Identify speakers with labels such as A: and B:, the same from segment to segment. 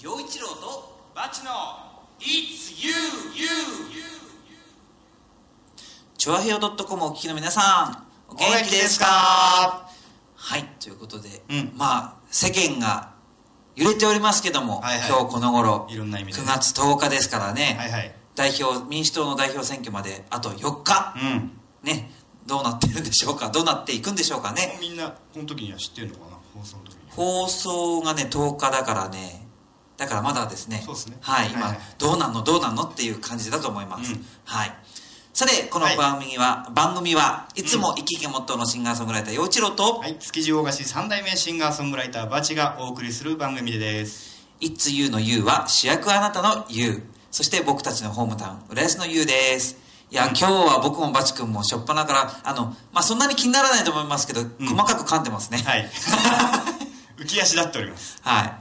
A: 陽一郎と
B: バチの It's you, you, you.
A: チョアヘヨドットコムお聞きの皆さんお元気ですかはいということで、
B: うん
A: まあ世間が揺れておりますけども、
B: はいはい
A: 今日この頃
B: いろんな意味で
A: 9月10日ですからね、
B: はいはい。
A: 代表民主党の代表選挙まであと4日
B: うん。
A: ねどうなってるんでしょうかどうなっていくんでしょうかね
B: みんなこの時には知ってるのかな放送の時に。
A: 放送がね10日だからねだからまだですね
B: そうですね
A: はい、
B: はいはい
A: 今どうなんのどうなんのっていう感じだと思います、
B: うん
A: はいさてこの
B: はい
A: 番組は、番組はいつも生き生きモットーのシンガーソングライター陽一郎と
B: はい、築地大菓子三代目シンガーソングライターバチがお送りする番組です。
A: 「いつ You の You」は主役あなたの You そして僕たちのホームタウン浦安の You ですいや、
B: うん
A: 今日は僕もバチ君も初っ端からあの、まあ、そんなに気にならないと思いますけど、
B: ん
A: 細かく噛んでますね
B: はい。浮き足立っております。
A: は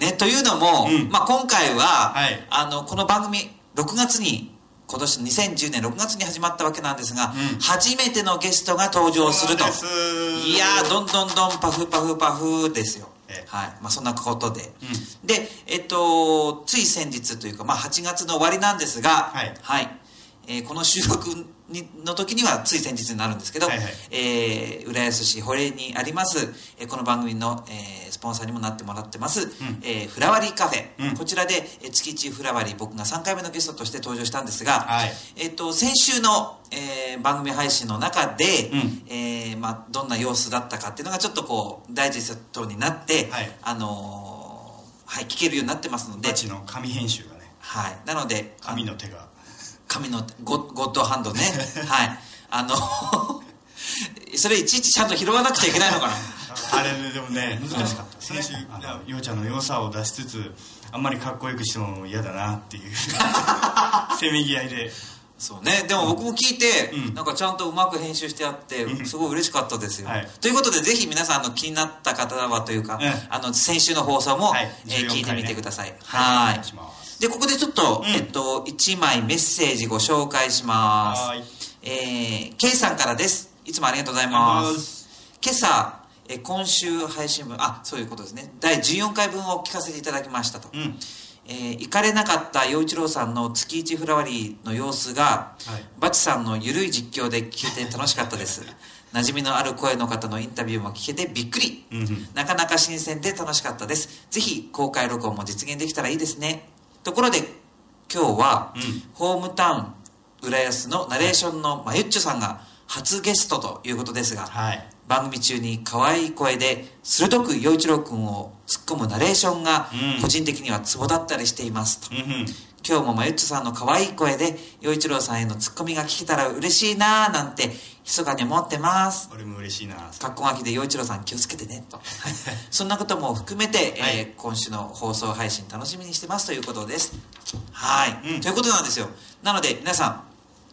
A: い。ね、というのも、
B: うん
A: まあ、今回は、
B: はい
A: あの、この番組、6月に、今年の2010年6月に始まったわけなんですが、
B: うん
A: 初めてのゲストが登場すると。
B: そうなんです
A: いやー、どんどんどんパフパフパフですよ
B: ええ。
A: はい。まあ、そんなことで。
B: う
A: で、えっと、つい先日というか、まあ、8月の終わりなんですが、
B: はい
A: えーこの収録にの時にはつい先日になるんですけど、
B: はいはい
A: えー浦安市保礼にあります、えーこの番組の、えースポンサーにもなってもらってます、
B: ん
A: えーフラワリーカフェ、
B: うん
A: こちらで、えー月一フラワリー僕が3回目のゲストとして登場したんですが、
B: はい
A: えっと先週の、えー番組配信の中で、
B: うん
A: えーまあ、どんな様子だったかっていうのがちょっとこうダイジェストになって、
B: はい
A: あのーはい、聞けるようになってますので
B: バ、チの紙編集がね、
A: はい、なのであ
B: 紙の手が。
A: 紙のゴゴッドハン ドねはいあの それいちいちちゃんと拾わなくちゃいけないのかな
B: あれねでもね難しかった
C: ね
B: 先週ようちゃんの良さを出しつつあんまりかっこよくしても嫌だなっ ていうせめぎ合いで
A: そうねでも僕も聞いて、
B: うん
A: なんかちゃんとうまく編集してあって、
B: うん
A: すごい嬉しかったですよ、
B: はい
A: ということでぜひ皆さんあの気になった方はというか、
B: うん
A: あの先週の放送も、
B: はい
A: えー
B: 14
A: 聞いてみ
B: 回
A: て
B: ね
A: ください
B: お
A: はい
B: 願いします
A: でここでちょっと、
B: うん
A: えっと、1枚メッセージご紹介します
B: はーい
A: えー、K さんからですいつもありがとうございま
B: ありがとうございます
A: 今朝えー今週配信分あそういうことですね第14回分を聞かせていただきましたと、
B: うん
A: えー行かれなかった陽一郎さんの月一フラワリーの様子が、
B: はい
A: バチさんのゆるい実況で聞けて楽しかったです 馴染みのある声の方のインタビューも聞けてびっくり、
B: うんうん
A: なかなか新鮮で楽しかったですぜひ公開録音も実現できたらいいですねところで今日は、
B: うん
A: ホームタウン浦安のナレーションのまゆっちょさんが初ゲストということですが、
B: はい
A: 番組中に可愛い声で鋭く陽一郎君を突っ込むナレーションが
B: うん
A: 個人的にはツボだったりしていますと、
B: うんうん
A: 今日もまゆっちょさんの可愛い声で陽一郎さんへのツッコミが聞けたら嬉しいなーなんて密かに思ってます
B: 俺も嬉しいな
A: 格好書きで陽一郎さん気をつけてねと はいそんなことも含めて、
B: はい
A: えー今週の放送配信楽しみにしてますということですはい、
B: うん
A: ということなんですよなので皆さん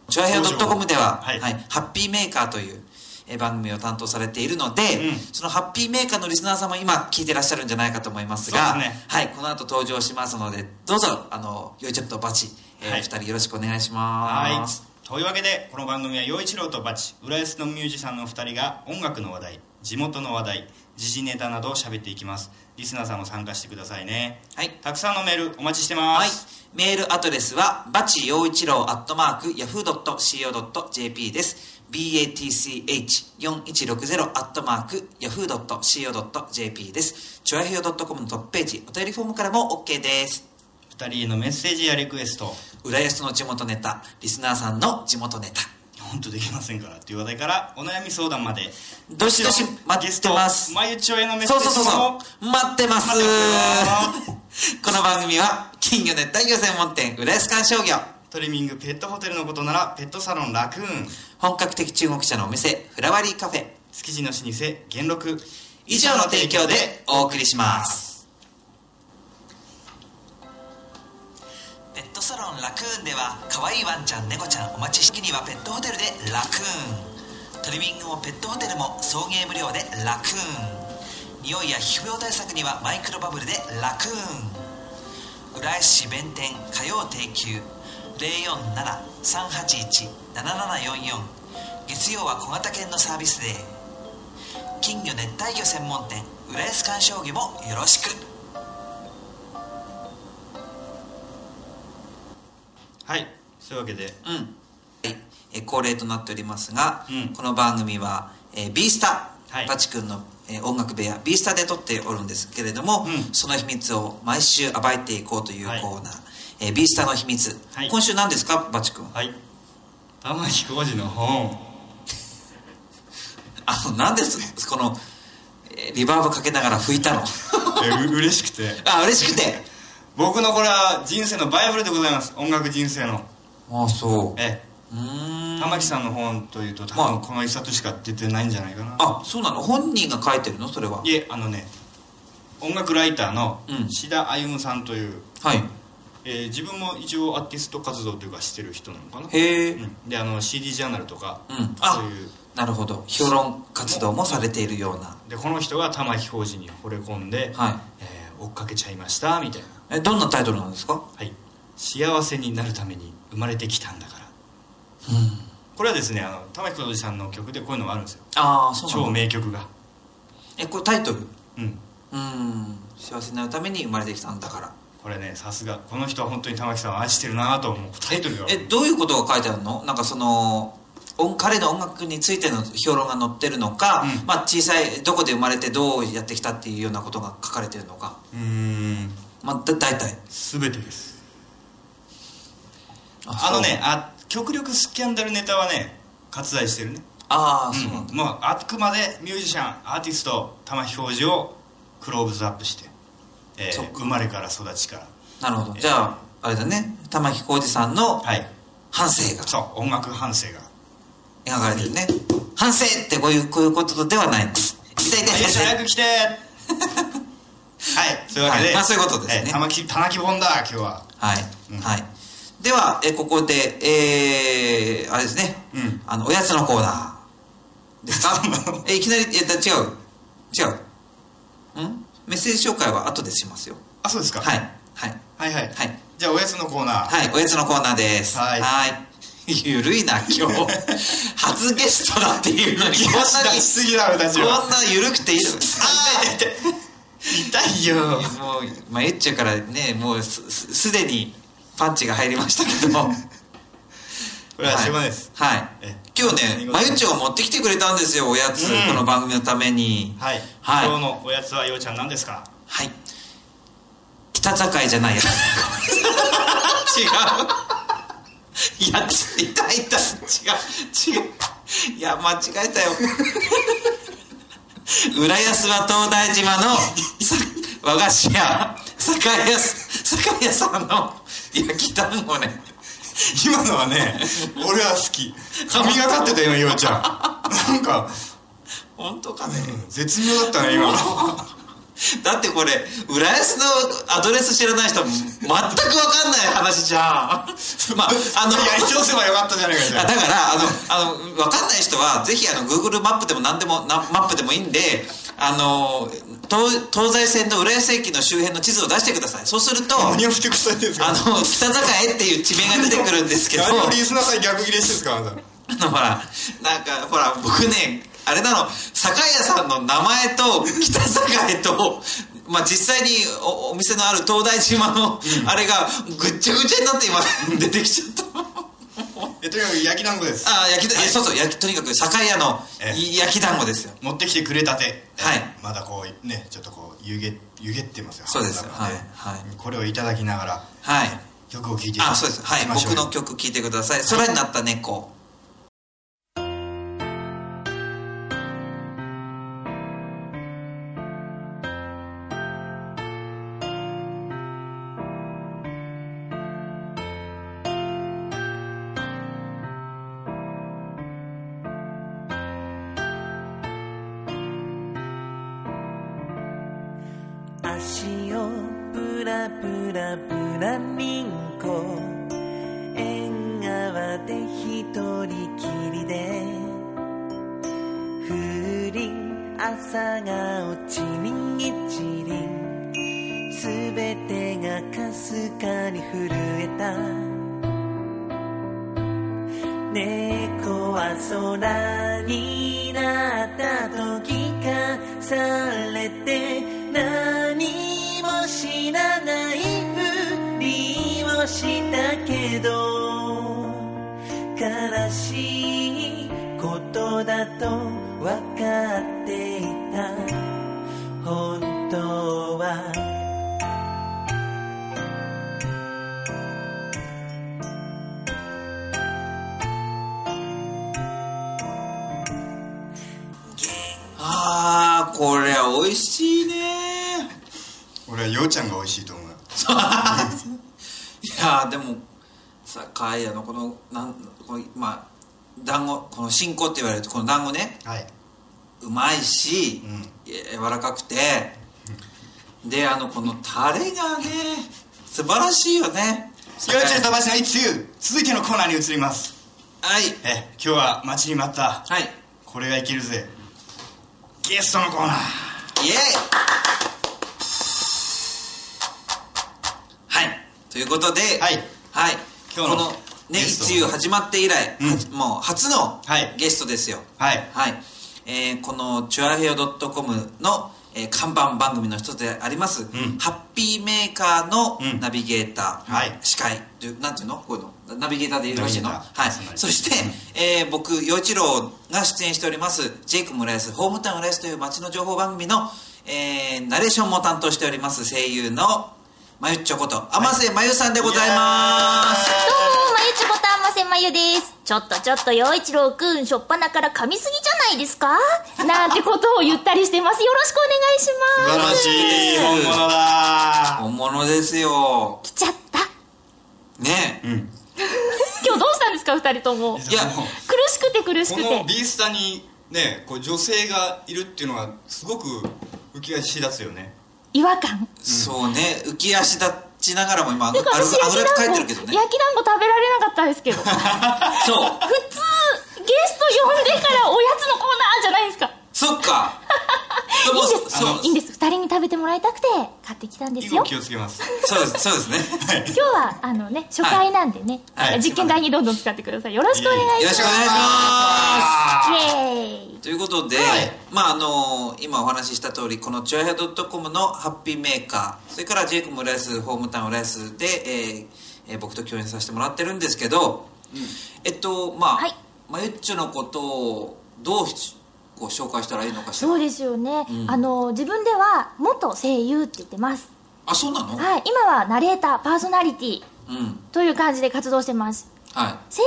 A: チョアヘア .com では、
B: はい
A: はいハッピーメーカーというえー番組を担当されているので、
B: うん
A: そのハッピーメーカーのリスナーさんも今聞いてらっしゃるんじゃないかと思います
B: そ
A: が、
B: うですね
A: はい、この後登場しますのでどうぞあのよいちょっとバチ、えー
B: はい
A: お二人よろしくお願いしま
B: は
A: す
B: いというわけでこの番組は陽一郎とバチ浦安のミュージシャンの2人が音楽の話題地元の話題時事ネタなどを喋っていきますリスナーさんも参加してくださいね
A: はい
B: たくさんのメールお待ちしてま
A: はい
B: す、。
A: メールアドレスは、バチ陽一郎アットマーク、ヤフー .co.jp です。batch4160 アットマーク、ヤフー .co.jp です。ちょやひよ .com のトップページ、お便りフォームからも OK です。
B: 2人へのメッセージやリクエスト
A: 浦安の地元ネタ、リスナーさんの地元ネタ。
B: 本当できませんからっていう話題からお悩み相談まで
A: どしどし待ってます
B: ゲストまゆちょへのメッセ
A: そ
B: ー
A: う
B: ジ
A: そうそう
B: も
A: そう。待ってます
B: 待って。
A: この番組は、金魚熱帯魚専門店、浦安観賞魚。
B: トリミングペットホテルのことならペットサロンラクーン
A: 本格的中国茶のお店、フラワリーカフェ。
B: 築地の老舗元禄
A: 以上の提供でお送りしますペットサロンラクーンでは可愛いワンちゃん猫ちゃんお待ち式にはペットホテルでラクーントリミングもペットホテルも送迎無料でラクーン匂いや皮膚病対策にはマイクロバブルでラクーン浦安市弁天火曜定休047-381-7744月曜は小型犬のサービスデー金魚熱帯魚専門店浦安観賞魚もよろしく
B: はいそういうわけで
A: うん、はいえー恒例となっておりますが、
B: うん
A: この番組は、えー、ビースタ、
B: はい
A: パチ君の、えー音楽部屋ビースタで撮っておるんですけれども、
B: うん
A: その秘密を毎週暴いていこうというコ
B: はい
A: ーナー、えービースタの秘密、
B: はい
A: 今週何ですかバチ君
B: はい玉置浩二の本
A: あの何ですこの、えーリバーブかけながら吹いたの
B: えう嬉しくて
A: あ嬉しくて
B: 僕のこれは人生のバイブルでございます音楽人生の
A: あそう
B: え
A: うーん
B: え玉置さんの本というと多
A: まあ
B: 分この一冊しか出てないんじゃないかな
A: あそうなの本人が書いてるのそれはい
B: えあのね音楽ライターの
A: うん
B: 志田歩さんという、
A: はい
B: えー自分も一応アーティスト活動というかしてる人なのかな、
A: へえ、うん、
B: うん、であの CD ジャーナルとか、
A: あ
B: そういう
A: なるほど評論活動もされているような
B: でこの人が玉置浩二に惚れ込んで、
A: はい
B: えー追っかけちゃいましたみたいな
A: えどんなタイトルなんですか
B: はい幸せになるために生まれてきたんだから
A: うん
B: これはですねあの玉置浩二さんの曲でこういうのがあるんですよ
A: ああそうな
B: 超
A: の
B: 名曲が
A: えこれタイトル
B: うん
A: うん幸せになるために生まれてきたんだから
B: これねさすがこの人は本当に玉置さんを愛してるなと思うタイトルが
A: えどういうことが書いてあるのなんかその音彼の音楽についての評論が載ってるのか、
B: うん
A: まあ、小さいどこで生まれてどうやってきたっていうようなことが書かれてるのか、
B: うーん
A: まあ、だ大体
B: 全てです
A: あ
B: あ
A: そう
B: のねあ極力スキャンダルネタはね割愛してるね
A: ああ
B: う
A: そうなんだ、
B: ん、もうあくまでミュージシャンアーティスト玉置浩二をクローズアップして、えー
A: そっか
B: 生まれから育ちから
A: なるほどじゃああれだね玉置浩二さんの
B: はい
A: 反省が
B: そう音楽反省が
A: 描かれてるね反省ってこういうこういうことではないんです痛い
B: 「
A: 痛い
B: よし
A: 痛い痛い
B: 早く来て! 」はいそういうわけで、
A: はいまあそういうことですね
B: えー玉置玉置本だ今日は
A: はい、
B: うん
A: はいではえここでえー、あれですね
B: うん
A: あのおやつのコーナーです かえいきなりえだ違う違うんメッセージ紹介は後でしますよ
B: あそうですか、
A: はいはい
B: はいはい
A: はい
B: じゃあおやつのコーナー
A: はいおやつのコーナーです
B: はい
A: いゆるいな今 日初ゲストだっていうのに こんな
B: よし出
A: に
B: しすぎだ俺たちは
A: こんなゆるくていいのあー
B: 痛いよ
A: もう、まあ、エッチュからねもうすすすでにパンチが入りましたけど も
B: これは島です、
A: はい、はい
B: え
A: 今日ねまゆっちょが持ってきてくれたんですよおやつ、
B: うん
A: この番組のために
B: はい、
A: はい
B: 今日のおやつはようちゃん何ですか
A: はい北境じゃないやつ 違ういやつ痛い痛い違う違ういや間違えたよ浦安は東大島のさ和菓子屋酒屋す酒屋さんの焼き団子ね
B: 今のはね俺は好き髪が立ってた今ようちゃんなんか
A: 本当かね
B: 絶妙だったね今
A: だってこれ浦安のアドレス知らない人全く分かんない話じゃんまああの
B: やり通せばよかったじゃないかじゃ
A: あ
B: あ
A: だからあのあの分かんない人はぜひあの Google マップでも何でもなマップでもいいんであの東東西線の浦安駅の周辺の地図を出してくださいそうするとあの
B: 何をふてくさいですか
A: 北栄っていう地名が出てくるんですけど
B: 何をリスナーさんに逆切れしてですかあなた
A: あのほらなんかほら僕ねあれなの酒屋さんの名前と北栄と、まあ、実際におお店のある東大島のあれがぐっちゃぐちゃになって今出てきちゃった。
B: えとにかく焼き団子です
A: ああ焼きだ、えそうそう焼きとにかく酒屋の
B: ええ
A: い焼き団子ですよ
B: 持ってきてくれたて
A: はい
B: まだこうねちょっとこう湯げ湯げってますよ
A: そうです
B: 肌がね
A: はいは
B: これをいただきながら
A: はい
B: 曲を聴いていただき
A: あそうですはい
B: ましょ
A: 僕
B: うよ
A: の曲聴いてください「空になった猫」
D: 足をぶらぶらぶらりんこ縁側で一人きりで風鈴朝が落ちりん一輪すべてがかすかに震えた猫は空になったと聞かされて何も知らないふりをしたけ
C: けど悲しいことだと分かっていた本当は
A: あー、これ美味しいね
B: 俺はようちゃんが美味しいと思 う
A: いやー、でも、さ、かやのこの、なん、この、まあ、団子、この新子って言われるこの団子ね、
B: はいう
A: まいし、
B: うん
A: 柔らかくて、で、あの、このタレがね、素晴らしいよね。
B: よいちょい飛ばしの一通続いてのコーナーに移ります
A: はい。
B: え今日は待ちに待った
A: はい。
B: これがいけるぜゲストのコーナー
A: イエーイはいということで、
B: はい
A: はい、
B: 今
A: 今
B: 日の
A: 日のね
B: ゲスト
A: 一応始まって以来、
B: うん
A: はじもう初の
B: はい
A: ゲストですよ
B: はい
A: はい、えーこの「チュアヘオ .com」の、えー看板番組の一つであります、
B: ん
A: ハッピーメーカーの
B: うん
A: ナビゲーター、
B: はい
A: 司会というなんていうのこういうのナビゲーターでよろしいの
B: ナ
A: は
B: ビゲーター
A: い
B: そうなんです
A: そして、えー僕陽一郎が出演しておりますジェイク村安ホームタウン浦安という街の情報番組の、えーナレーションも担当しております声優のまゆっちょこと天瀬まゆさんでございます、
E: どうも、まゆちぼたんませまゆです。ちょっとちょっと、陽一郎くん、しょっぱなから噛みすぎじゃないですかなんてことを言ったりしてます。よろしくお
B: 素晴
E: 願いしま
B: ら
E: す。
B: しい本物だ
A: 本物ですよ
E: 来ちゃった。
A: ねえ
B: うん
E: 今日どうしたんですか、二人とも。
A: いや
B: もう
E: 苦しくて苦し
B: こ
E: く
B: の
E: て。
B: ビースタにねこう女性がいるっていうのはすごく浮き足立つよね
E: 違和感。
A: そうね浮き足立ちながらも今あぐ
E: て
A: あぐ
E: か
A: あ
E: 私、焼き
A: ぐらかいてる
E: 団子、
A: けど
E: 焼き団子食べ
A: ね
E: られなかったです けど。普通、
A: そう
E: ゲスト呼んでからおやつのコーナーじゃないですか。
A: そっかでも
E: いいんです。
A: そ
E: いいんです。二人に食べてもらいたくて、買ってきたんで
B: 以
E: す
B: 後
E: よ。
B: 気をつけます
A: そうですそうですね
E: 今日はあのね初回なんでね、
B: はいはい
E: 実験台にどんどん使ってくださいよろしくお願い
A: よろ
E: しま
A: し
E: す
A: くお願いします
E: イエーイ
A: ということで、
B: はい
A: まああの今お話しした通りこのチュアヘア .com のハッピーメーカーそれからジェイクも浦安ホームタウン浦安で、えーえー僕と共演させてもらってるんですけど、えっとまあ、
E: はい
A: まゆっちょのことをどうしこう紹介したらいいのかしら
E: そうですよね、
A: うん
E: あの自分では元声優って言ってます、
A: あそうなの、
E: はい、今はナレーターパーソナリティ
A: うん
E: という感じで活動してます
A: はい
E: 声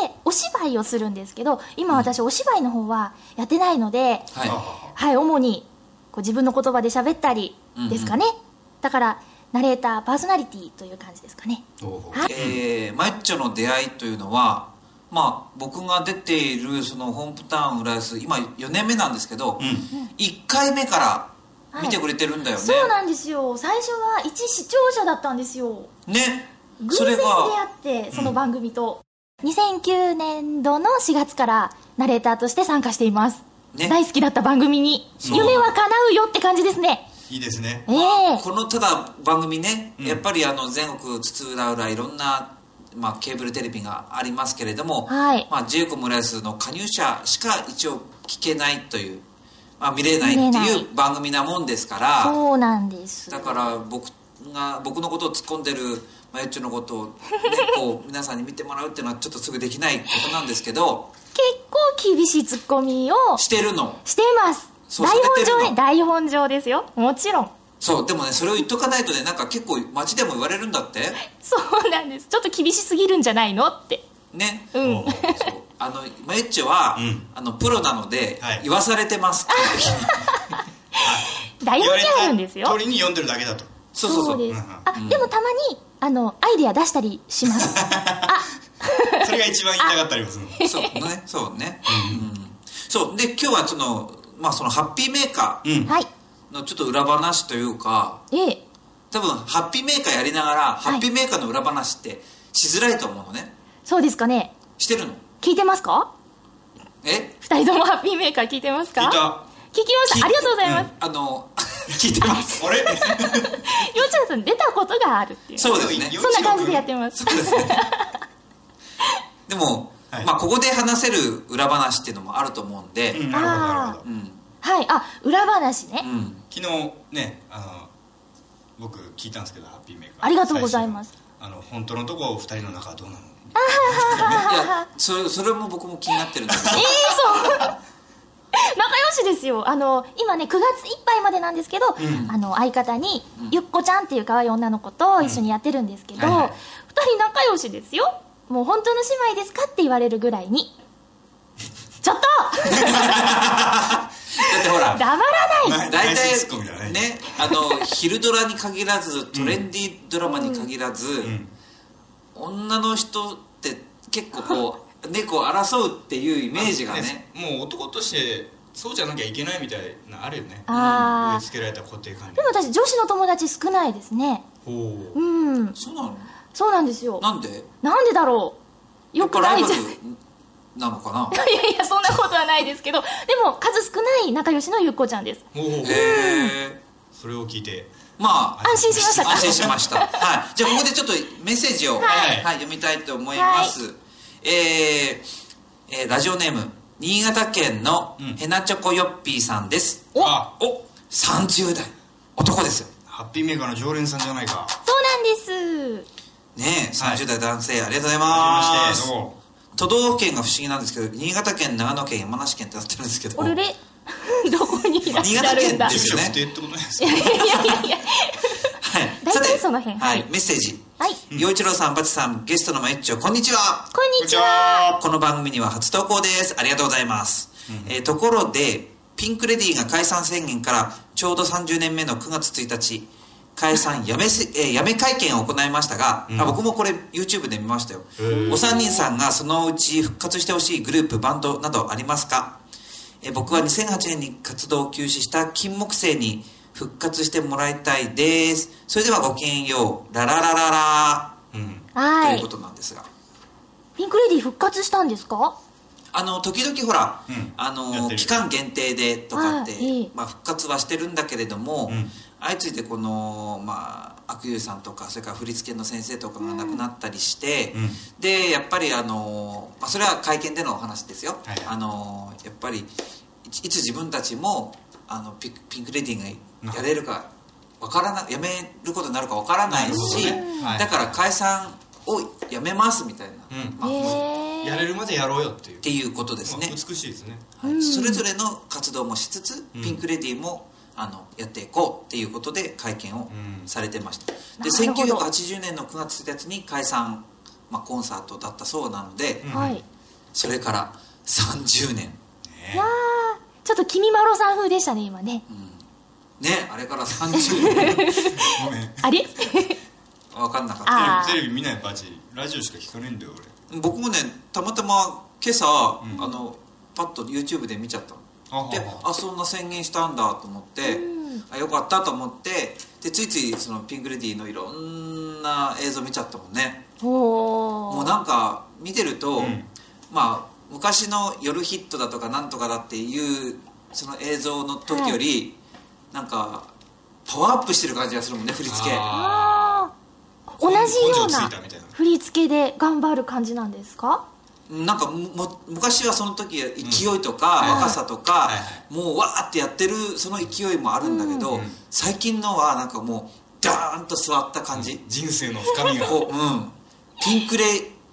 E: 優ってお芝居をするんですけど今私お芝居の方はやってないので、
A: はい
E: はい、主にこう自分の言葉で喋ったりですかね、だからナレーターパーソナリティという感じですかねはい
A: えー、マッチョの出会いというのは、まあ、僕が出ているそのホームタウン浦安今4年目なんですけど、
B: うん
A: 一1回目から見てくれてるんだよね、
E: そうなんですよ最初は一視聴者だったんですよ
A: ね
E: 偶
A: それ
E: 然出
A: が
E: 会ってその番組と、2009年度の4月からナレーターとして参加しています、
A: ね
E: 大好きだった番組に
A: そう
E: 夢は叶うよって感じですね
B: いいですね
E: ええ
A: このただ番組ね、
B: うん
A: やっぱりあの全国津々浦々いろんな、まあ、ケーブルテレビがありますけれども、
E: はい
A: まあ、ジェイコムライスの加入者しか一応聞けないという、まあ、見れないって
E: 見れない
A: いう番組なもんですから
E: そうなんです
A: だから僕が僕のことを突っ込んでるまゆっちょのこと を、ね、こう皆さんに見てもらうっていうのはちょっとすぐできないことなんですけど
E: 結構厳しいツッコミを
A: してるの
E: しています
A: そう
E: 台本
A: されてる
E: 上
A: の
E: ね台本上ですよもちろん
A: そうでもねそれを言っとかないとねなんか結構街でも言われるんだって
E: そうなんですちょっと厳しすぎるんじゃないのって
A: ね
E: うん
A: そうあのまゆっちょは、
B: うん
A: あのプロなので、
B: はい
A: 言わされて ますって
E: 台
B: 言われ
E: 本にあるんですよ
B: た通りに読んでるだけだと
A: そうそうそう
E: で
B: う
E: す
B: んうん
E: あ、でもたまにあのアイディア出したりします
B: それが一番言いたかったりもするの
A: そうねそうね、うん、そうで今日はそのまあそのハッピーメーカ
B: うん
E: はい
A: ーのちょっと裏話というか
E: ええ
A: 多分ハッピーメーカーやりながら、
E: い
A: ハッピーメーカーの裏話ってしづらいと思うのね
E: そうですかね
A: してるの
E: 聞いてますか
A: え
E: 二人ともハッピーメーカー聞いてますか
B: 聞い
E: 聞
B: た
E: きましたありがとうございます、
A: あの 聞いて ます
B: あれ
E: 幼稚園さん出たことがあるっていう
A: そうですね
B: よ
E: そんな感じでやってます
A: そうですねでも、
B: はい
A: まあここで話せる裏話っていうのもあると思うんで
B: うんなるほどなるほ
A: う
B: ど
A: んうん、
E: はいあ裏話ね、
B: 昨日ねあの僕聞いたんですけどハッピーメーカー
E: ありがとうございます
B: 最あの本当のとこ二人の中はどうなの
A: いやそれそれも僕も気になってるんですけ ど
E: えー、そう 仲良しですよあの今ね9月いっぱいまでなんですけど、あの相方に、ゆっこちゃんっていう可愛い女の子と一緒にやってるんですけど、
B: うんはいはい
E: 2人仲良しですよもう本当の姉妹ですかって言われるぐらいにちょっと
A: だってほら
E: 黙らな
B: ナイ
E: い
A: 大
B: ナイ
A: 体
B: スツッコミだね
A: ねあの昼ドラに限らずトレンディードラマに限らず、
B: ん
A: 女の人って結構こう猫を争うっていうイメージがね
B: もう男としてそうじゃなきゃいけないみたいなあるよね
E: あ
B: 植え
E: ー
B: 付けられた固定観
E: でも
B: 念
E: 私女子の友達少ないですね
B: ほう
E: うん
A: そうなの
E: そうなんですよ
A: なんで
E: なんでだろうよくないじゃ
A: や
E: ん
A: っぱライバルなのかない
E: やいやそんなことはないですけどでも数少ない仲良しのゆっこちゃんです
B: ほう ほう
A: へえ
B: それを聞いて
A: まあ
E: 安心しましたか
A: 安心しましたはいじゃあここでちょっとメッセージを、
B: はい
A: はい読みたいと思います、えーえーラジオネーム新潟県の
B: うん
A: ヘナチョコヨッピーさんです、
B: あ
A: お30代男ですよ
B: ハッピーメーカーの常連さんじゃないか
E: そうなんです
A: ねえ30代男性、ありがとうございま
B: はじめまし
A: す
B: てどうも
A: 都道府県が不思議なんですけど新潟県長野県山梨県ってなってるんですけど
E: おるれ どこにいらっしゃるんだ
A: 新潟県ですよね
B: 住所不定ってことないです
E: い
B: か
E: やいやいやいや
A: はい
E: 大体
A: さて
E: その辺
A: はい
E: はい
A: メッセージ
E: はいこ
A: 陽一郎さんバチさんゲストのまゆっちょこんにちは
E: んにちは
A: この番組には初投稿ですありがとうございます、えーところでピンク・レディーが解散宣言からちょうど30年目の9月1日解散やめせ、えーやめ会見を行いましたが、あ僕もこれ YouTube で見ましたよ
B: ー
A: お三人さんがそのうち復活してほしいグループバンドなどありますかえー僕は2008年に活動を休止した金木犀に復活してもらいたいですそれではごきげんようラララララ
B: うん
E: は
A: という
E: い
A: ことなんですが
E: ピンクレディー復活したんですか
A: あの時々ほら、
B: うん
A: あ
B: やっ
A: の
B: てる
A: 期間限定でとかって
E: あいい
A: まあ、復活はしてるんだけれども、
B: うん
A: 相次いでこの、まあ、悪友さんとかそれから振り付けの先生とかが亡くなったりして、
B: うん
A: でやっぱりあの、まあ、それは会見でのお話ですよ、
B: はい
A: あのやっぱりいついつ自分たちもあのピピンク・レディーがやれるかわからなやめることになるかわからないし、
B: なるほどねはい
A: だから解散をやめますみたいな、
B: うん
A: まあ
E: へ
B: やれるまでやろうよっていう
A: っていうことですね
B: まあ、美しいですね
A: はい
E: うん
A: それぞれの活動もしつつ、
B: うん
A: ピンク・レディーもあのやっていこうっていうことで会見を
B: うん
A: されてました、で
E: なるほど
A: 1980年の9月1日に解散、まあ、コンサートだったそうなので、
B: うん
E: はい
A: それから30年、
E: いやーちょっと君まろさん風でしたね今ね
A: ねあれから30年
B: ごめん
E: あれ
A: 分かんなかっ
E: あ
A: た
E: ー
B: テレビテレビ見ないバチラジオしか聞かねえんだよ俺
A: 僕もねたまたま今朝、
B: うん
A: あのパッと YouTube で見ちゃったの
B: あは
A: で
B: は
A: あそんな宣言したんだと思って、
E: うん
A: あよかったと思ってでついついそのピンク・レディーのいろんな映像見ちゃったもんね
E: お
A: もう
E: ー
A: なんか見てると、
B: うん
A: まあ昔の夜ヒットだとかなんとかだっていうその映像の時より、なんかパワーアップしてる感じがするもんね振り付け
B: あ
E: あー同じよう
B: 根性
E: な
B: ついたみたいな
E: 振り付けで頑張る感じなんですか
A: なんかむも昔はその時は勢いとか
B: うん
A: 若さとか
B: はいは、
A: もうわーってやってるその勢いもあるんだけど、
B: うん
A: 最近のはなんかもうダーンと座った感じ、
B: 人生の深みが
A: こううんピンクレ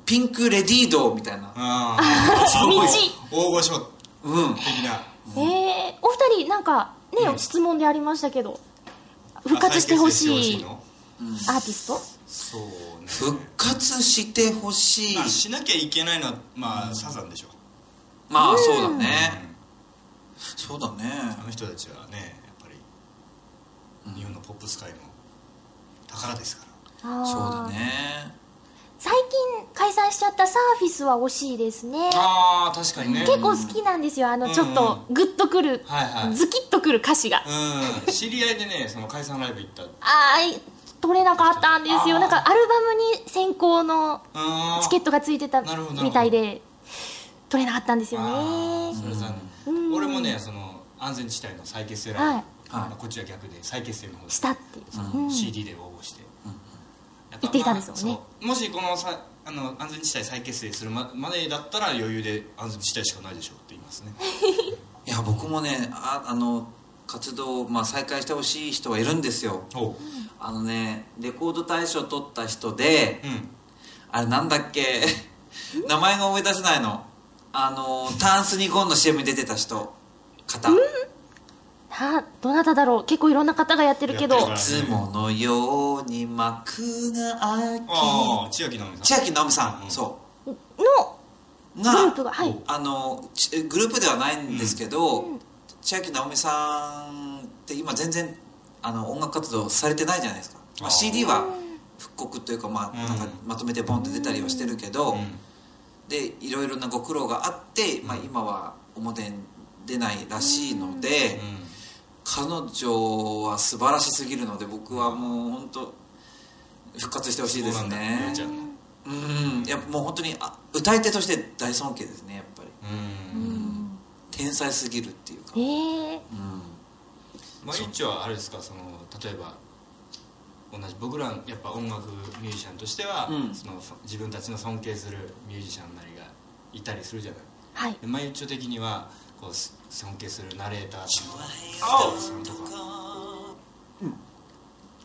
A: ピンクレディードみたいな
B: あ
E: 道
B: あ大御所
A: うん
B: 的な
E: えー、お二人なんかね、
B: うん
E: 質問でありましたけど復活してほし
B: あ再結成し
E: い
B: てほの
E: アーティスト
B: そうね
A: 復活してほしい
B: まあしなきゃいけないのはまあサザンでしょ
A: まあそうだね
B: うん
A: そうだね
B: あの人たちはねやっぱり日本のポップス界の宝ですから
E: あー
A: そうだね
E: 最近解散しちゃったサーフィスは惜しいですね
B: ああ確かにね
E: 結構好きなんですよあのちょっとグッとくる、
B: はいはい
E: ズキッとくる歌詞が
B: うん知り合いでねその解散ライブ行った
E: あー取れなかったんです
B: あ
E: よ
B: ー
E: なんかアルバムに先行のチケッ
B: ト
E: トがついてた
B: なるほどなるほど
E: みたいで取れなかったんですよね
B: それ残
E: うん
B: 念俺もねその安全地帯の再結成
E: は
B: ライ
E: い
B: ブあのこっちは逆で再結成の方で
E: したっていう、
A: うん
E: うん
B: CD で応募して、やぱ
E: 行ってきたんですもん
B: ま
E: ね
B: あそうもしこのさあの安全地帯再結成するままでだったら余裕で安全地帯しかないでしょうって言い ますね
A: いや僕もねああの活動、まあ、再開してほしい人はいるんですよ
B: おう
A: あのねレコード大賞取った人で、
B: うん
A: あれなんだっけ名前が思い出せないのあのタンスニゴンの CM に出てた人方、
E: あどなただろう結構いろんな方がやってるけど
B: やってる
A: い
B: か
A: つものように幕が
B: ああ
A: 開
B: 千秋直美さん
A: き千秋直美さん、
B: うん
A: そ
E: の
A: う
E: グ
A: が
E: ループがはい
A: あのちグループではないんですけど、千秋直美さんって今全然あの音楽活動されてないじゃないですか、まあ
B: あー
A: CD は復刻というか,、まあ、
B: うん
A: なんかまとめてボンって出たりはしてるけど、
B: うん
A: でいろいろなご苦労があって、まあ、今は表に出ないらしいので、
B: うん
A: 彼女は素晴らしすぎるので僕はもう本当復活してほしいです
B: そうなんだ
A: ね
B: よちゃん
A: うんやっぱもう本当にあ歌い手として大尊敬ですねやっぱり
B: うん
A: 天才すぎるっていうか、
E: ええ
A: うん
B: まあ一応はあれですかその例えば同じ僕らやっぱ音楽ミュージシャンとしては、
A: うん
B: そのそ自分たちの尊敬するミュージシャンなりがいたりするじゃない
E: はい
B: でまあ一応的にはこうす尊敬するナレーターさんとか
A: あ
B: さんとか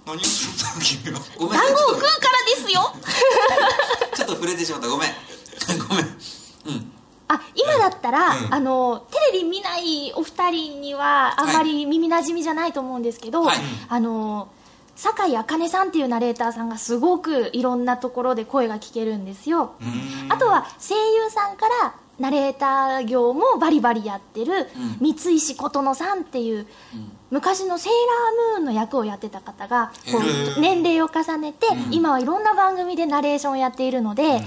B: 何をするんだ君は
A: ごめん
E: 団
A: ち
E: 子
A: ょ
E: を食う
A: っ
E: からですよ
A: とちょっと触れてしまったごめんごめんうん
E: あ今だったら、
B: うん
E: あのテレビ見ないお二人にはあんまり耳なじみじゃないと思うんですけど、
A: はい
E: あの酒井茜さんっていうナレーターさんがすごくいろんなところで声が聞けるんですよ、
B: うん
E: あとは声優さんからナレーター業もバリバリやってる
A: う
E: 三石琴乃さんっていう昔のセーラームーンの役をやってた方がこ
B: へー
E: う年齢を重ねて
B: うん
E: 今はいろんな番組でナレーションをやっているので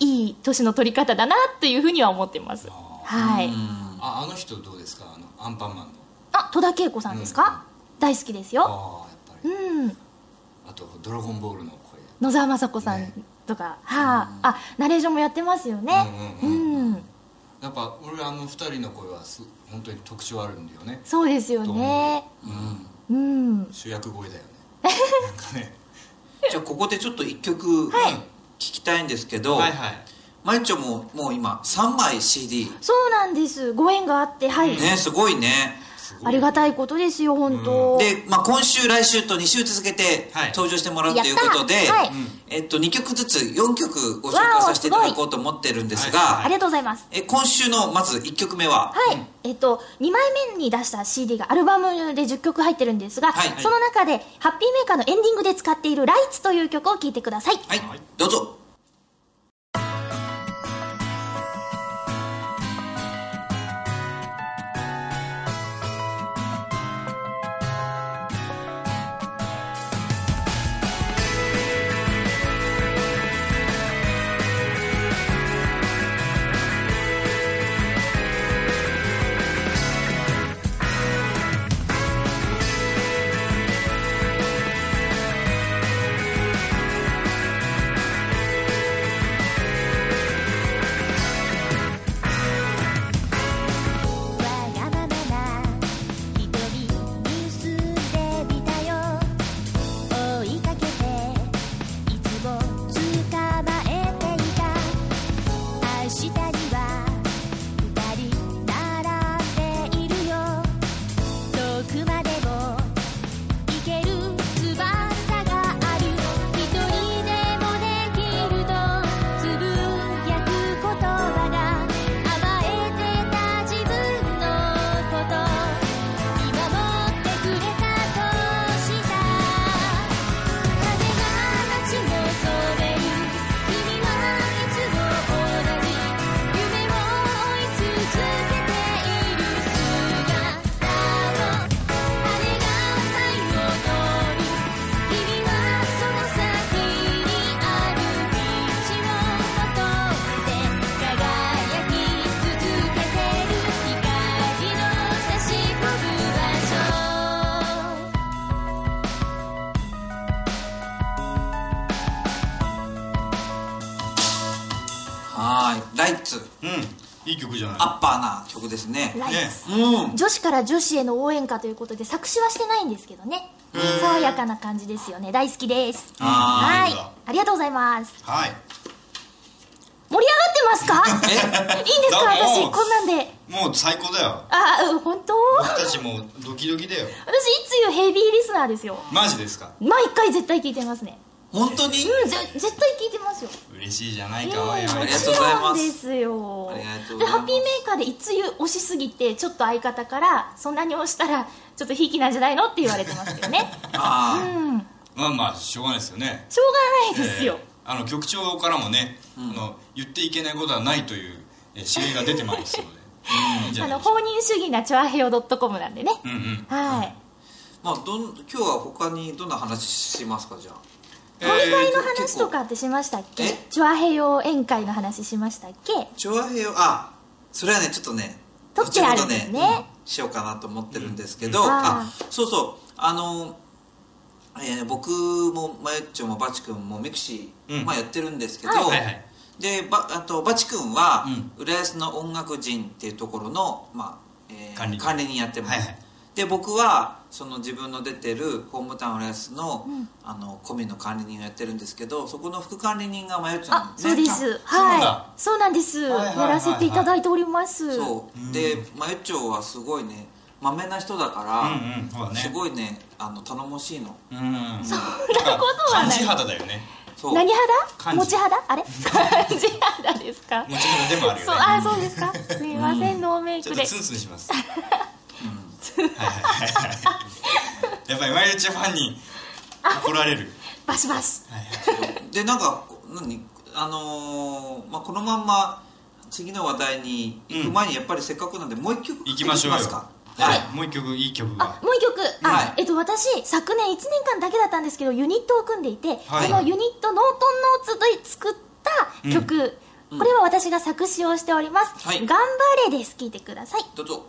E: いい年の取り方だなというふうには思ってます
B: あ
E: は
A: う
E: い
A: ん
B: ああの人どうですかあのアンパンマンの
E: あ戸田恵子さんですか大好きですよ
B: ああやっぱ
E: う
B: り
E: ん
B: あと「ドラゴンボール」の声
E: 野沢雅子さん
B: ね
E: とかはああナレーションもやってますよね
B: う
E: うん
B: うんうん
E: ん
B: やっぱ俺あの二人の声はす本当に特徴あるんだよね
E: そうですよね
B: うん
E: うん
B: 主役声だ よねなんかね
A: じゃあここでちょっと1曲
E: はい
A: 聞きたいんですけど、
B: はいはい
A: まゆっちょももう今3枚 CD
E: そうなんですご縁があってはい、
A: ねすごいね
B: すごい
E: ありがたいことですよ本当、
A: で、まあ、今週来週と2週続けて
B: はい
A: 登場してもらうと
E: やっ
A: い
E: た
A: うことで、
E: はい
B: うん
A: えっと、2曲ずつ4曲ご紹介させていただこうと思ってるんですが、
B: わおすごい
E: ありがとうございます
A: え今週のまず1曲目は、
E: はい、えっと2枚目に出した CD がアルバムで10曲入ってるんですが、
A: はいはい
E: その中でハッピーメーカーのエンディングで使っている「ライツ」という曲を聴いてください
A: はい
B: はい
A: どうぞ
F: わがままなひとりに住んでみたよ追いかけていつも捕まえていた明日には二人並んでいるよ遠くまでも行ける翼がある一人でもできるとつぶやく言葉が甘えてた自分のこと見守ってくれたとした風が街を染める君はいつも同じ夢を追い続けている姿を「晴れが太陽を取る」「君はその先にいる」「ある道を求めて輝き続けてる」「光の差し込む場所」
A: はい「ライツ
B: うんいい曲じゃない」
A: アッパーな曲ですね
E: ライ
B: ね
E: ツ、
A: うん
E: 女子から女子への応援歌ということで作詞はしてないんですけどね爽やかな感じですよね大好きです
B: あー
E: はい
B: いいわ
E: ありがとうございます
B: はい
E: 盛り上がってますかいいん ですか
B: だも
E: 私
B: う
E: こんなんで
B: もう最高だよ
E: あうん本当
B: 僕たちもうドキドキだよ
E: 私いつよヘビーリスナーですよ
B: マジですか
E: 毎回絶対聞いてますね
A: 本当に
E: うんぜ絶対聞いてますよ
B: 嬉しいじゃない
E: ええ
B: かわいい
A: ありがとうご
E: も
A: ざい
E: ちろ
A: ま
E: ん
A: す
E: ですよ
A: ありがとうござい
E: で
A: ます
E: ハッピーメーカーでいつゆ押しすぎてちょっと相方からそんなに押したらちょっとひいきなんじゃないのって言われてますけどねう
A: あ
E: ん
B: まあまあしょうがないですよね
E: しょうがないですよ、
B: えーあの局長からもね、あの言っていけないことはないというえー指令が出てますので、うんいいんじゃ
E: あ
B: ない
E: の
B: でしょう
E: 放任主義なチョアヘオ .com なんでね、
B: うんうん
E: はい
A: まあどん今日は他にどんな話しますかじゃあ
B: え
E: お祝いの
B: ー
E: 話とかってしましたっけ
A: え
E: チョアヘヨ宴会の話しましたっけ
A: 調和平和あそれはねちょっとね
E: 撮ってあるんですね
A: 後ほどうんしようかなと思ってるんですけど、
B: うん
E: うん
A: あそうそうあの、えー僕もまゆっちょもバチ君もミクシー、
B: うん
A: まあ、やってるんですけど、
E: はい
B: はいはい
A: でばあとバチ君は、浦安の音楽人っていうところの、まあえー
B: 管理人
A: 管理人やってます、
B: はいはい
A: で僕はその自分の出てるホームタウン浦安の,、あのコミの管理人をやってるんですけどそこの副管理人がまゆっちょ
E: あ
A: の
E: そうですはいそうなんです
B: はいはいはい
E: や
B: はい
E: らせていただいております
A: そうでまゆっちょはすごいねまめな人だから、
B: うんうんそうだね
A: すごいねあの頼もしいの
B: うんうんそん
E: そんなことは
B: 漢
E: な
B: 字
E: い
B: 肌だよね
A: そう
E: 何
B: 漢
E: 肌
B: 字
E: 持ち肌あれ漢字肌ですか
B: 持ち肌でもあるよ
E: そう
B: ね
E: あそうですかすいませんノーメイ
B: ちょっ
E: ク
B: と
E: で
B: ツンツンします、はいはいはいはいやっぱり毎日ファンに怒られる
E: バシバシ
B: はいはい
A: でなんか何あのーまあ、このまんま次の話題に行く前にやっぱりせっかくなんで、もう一曲
B: 行きましょうよ
A: 行きま
B: はい
A: すか
B: もう一曲いい曲が
E: あもう一曲あ、
A: はい
E: えっと私昨年1年間だけだったんですけどユニットを組んでいて、
B: はい
E: そのユニットノートンノーツで作った曲、これは私が作詞をしております「
A: はい
E: 頑張れ」です聴いてください
A: どうぞ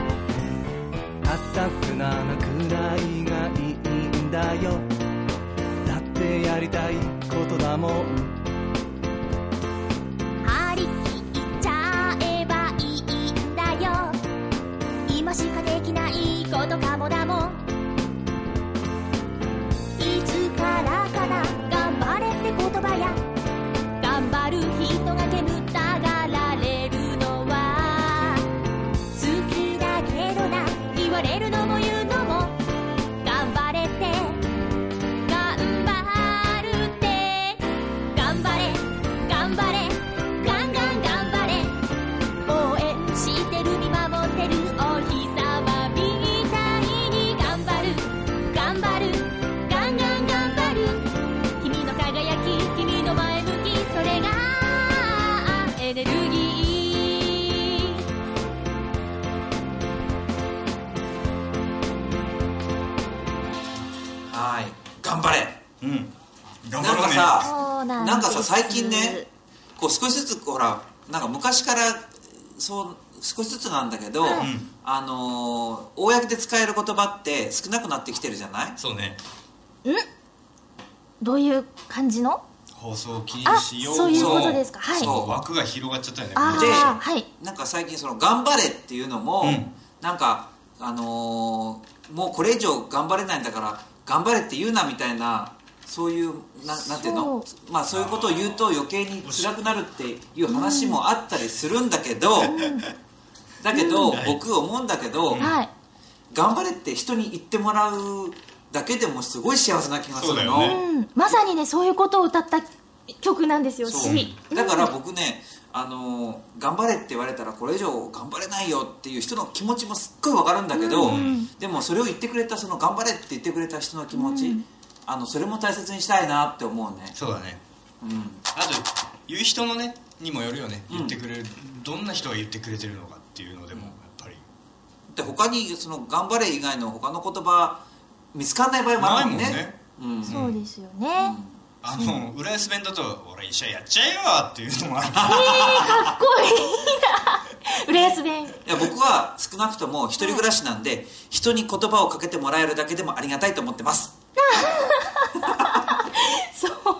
C: あったふななくらいがいいんだよだってやりたいことだもん
F: 張り切っちゃえばいいんだよ今しかできないことかもだもんいつからかな頑張れって言葉や頑張る人が煙たがられるのは好きだけどな言われるのも言うのも頑張れって頑張るって頑張れ頑張れガンガン頑張れ応援してる見守ってるお日様みたいに頑張る頑張るガンガン頑張る君の輝き君の前向きそれがエネルギー
A: はい頑張れ
B: うん
A: な
B: 頑
A: ん
B: 張ろう
A: か
B: ね
A: さ
E: そうな
A: なんん
E: です
A: かさ最近ねこう少しずつほらなんか昔からそう少しずつなんだけど、
E: はい
B: うん
A: あのー公で使える言葉って少なくなってきてるじゃない
B: そうね
E: どういう感じの
B: 放送禁
E: あ
B: 止用
E: そういう
A: そう
E: ことですかはい
A: そう
B: 枠が広がっちゃったよね
E: あ
A: で
E: あはい
A: なんか最近その「頑張れ」っていうのも、
B: うん
A: なんかあのーもうこれ以上頑張れないんだから頑張れって言うなみたいなそういうななんていうのまあそういうことを言うと余計に辛くなるっていう話もあったりするんだけど、だけど、僕思うんだけど、
E: はい
A: 頑張れって人に言ってもらうだけでもすごい幸せな気がするの
B: そうだよね
E: うんまさにねそういうことを歌った曲なんですよ
A: そう
E: し
A: だから僕ね、あのー頑張れって言われたらこれ以上頑張れないよっていう人の気持ちもすっごいわかるんだけど、でもそれを言ってくれたその頑張れって言ってくれた人の気持ち、あのそれも大切にしたいなって思うね、
B: そうだね
A: うん、
B: あと言う人のねにもよるよね言ってくれる、どんな人が言ってくれてるのかっていうのでもやっぱり
A: で他にその頑張れ以外の他の言葉見つかんない場合もあるもんね
B: ないも
A: う
B: んね
A: ん、
E: そうですよね
B: あの浦安弁だと「俺医者やっちゃえよ」っていうのもある
E: かっこいいな浦安弁
A: いや僕は少なくとも一人暮らしなんで人に言葉をかけてもらえるだけでもありがたいと思ってます
E: そう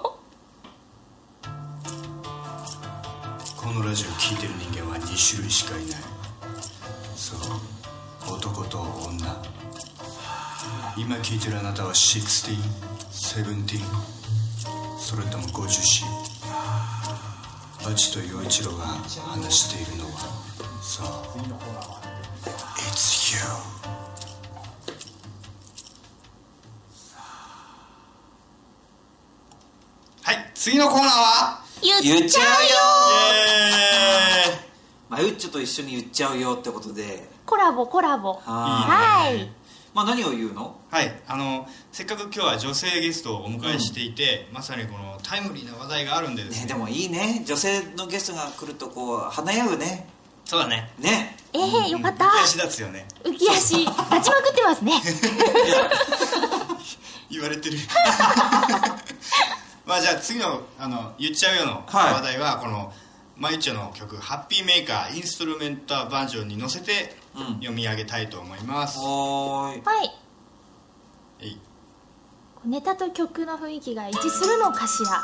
B: 2種類しかいないそう男と女今聞いてるあなたは16、17それとも 50C バチと陽一郎が話しているのはそう It's you はい次のコーナーは
E: 言っちゃ
B: イ
E: うよ
B: エーイ
A: まあ、ゆっちょと一緒に言っちゃうよってことで
E: コラボコラボ
A: はいまあ何を言うの
B: はい、あのせっかく今日は女性ゲストをお迎えしていて、まさにこのタイムリーな話題があるんでです
A: ね
B: ね
A: でもいいね女性のゲストが来るとこう華やぐね
B: そうだね
A: ね
E: ええよかった
B: うん浮き足立つよね
E: 浮き足立ちまくっ てますね
B: 言われてる まあじゃあ次のあの言っちゃうよの
A: はい
B: 話題は、このまゆちょの曲「ハッピーメーカー」インストゥルメンタバージョンに乗せて
A: うん
B: 読み上げたいと思います、
A: おーい
E: はい
B: えい
E: ネタと曲の雰囲気が一致するのかしらと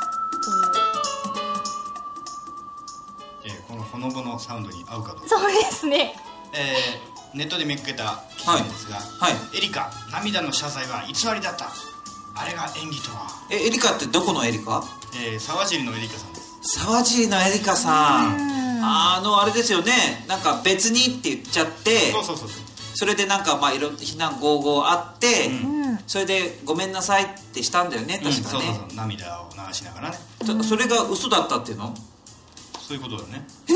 B: えーこのほのぼのサウンドに合うかどう
E: いう
B: か、
E: そうですね
B: えーネットで見かけた記事なんですが、
A: はい
B: エリカ涙の謝罪は偽りだったあれが演技とは
A: えエリカってどこのエリカ
B: えー、沢尻のエリカさんです
A: 沢尻のエリカさん
E: うん
A: あのあれですよねなんか別にって言っちゃって
B: そうそうそうそう
A: それでなんかまあいろ非難合々あって、
B: うん
E: うん
A: それでごめんなさいってしたんだよね
B: うん
A: 確
B: そ
A: か
B: う
A: ね
B: そうそう涙を流しながらね
A: そそれが嘘だったっていうの
B: そういうことだね、
E: い